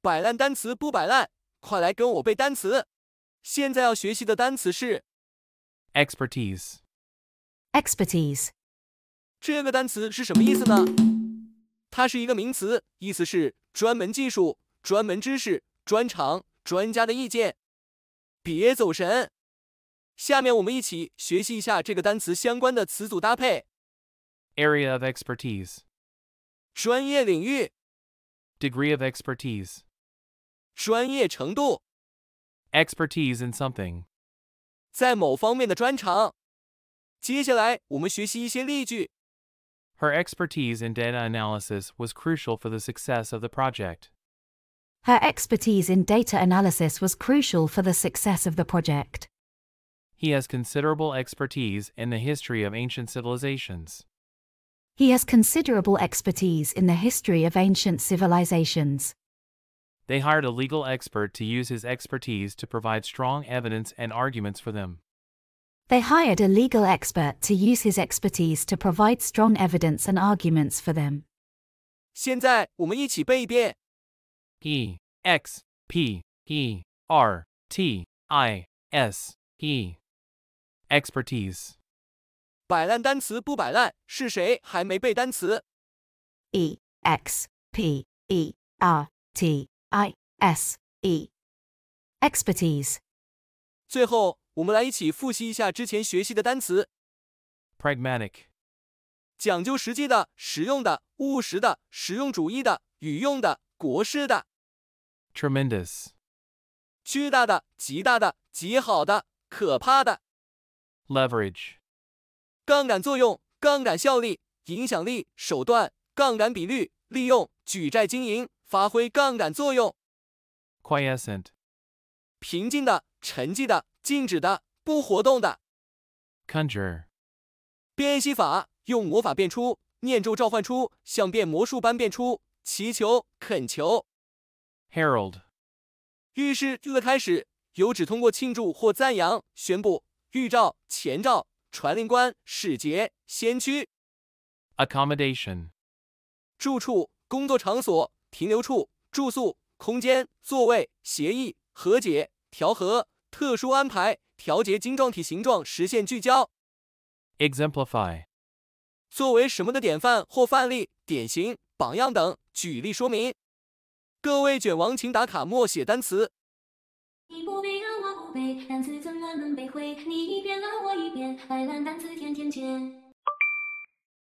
摆烂单词不摆烂，快来跟我背单词。现在要学习的单词是 expertise, expertise, 这个单词是什么意思呢？它是一个名词，意思是专门技术、专门知识、专长、专家的意见。别走神，下面我们一起学习一下这个单词相关的词组搭配： area of expertise, 专业领域、 degree of expertise, 专业程度， expertise in something. 在某方面的专长。接下来我们学习一些例句。 Her expertise in data analysis was crucial for the success of the project. her expertise in data analysis was crucial for the success of the project. He has considerable expertise in the history of ancient civilizations. He has considerable expertise in the history of ancient civilizations. They hired a legal expert to use his expertise to provide strong evidence and arguments for them. They hired a legal expert to use his expertise to provide strong evidence and arguments for them. 现在我们一起背一遍。 E X P E R T I S E. Expertise. 摆烂单词不摆烂，是谁还没背单词？ E X P E R T I S E. Expertise, 最后，我们来一起复习一下之前学习的单词， Pragmatic. 讲究实际的、实用的、务实的、实用主义的、语用的、国式的、 Tremendous. 巨大的、极大的、极好的、可怕的、 Leverage. 杠杆作用、杠杆效力、影响力、手段、杠杆比率、利用、举债经营、发挥杠杆作用、 Quiescent. 平静的、沉寂的、静止的、不活动的。 Conjure. 辨析法用魔法变出，念咒召唤出，像变魔术般变出，祈求、恳求。 Herald. 预示的开始，有指通过庆祝或赞扬宣布、预兆、前兆、传令官、使节、先驱、 Accommodation. 住处、工作场所、停留处、住宿、空间、座位、协议、和解、调和、特殊安排、调节晶状体形状实现聚焦。 Exemplify. 作为什么的典范或范例、典型、榜样等举例说明。各位卷王，请打卡默写单词。你不背啊，我不背，单词怎么能背会？你一遍啊，我一遍，摆烂单词天天见。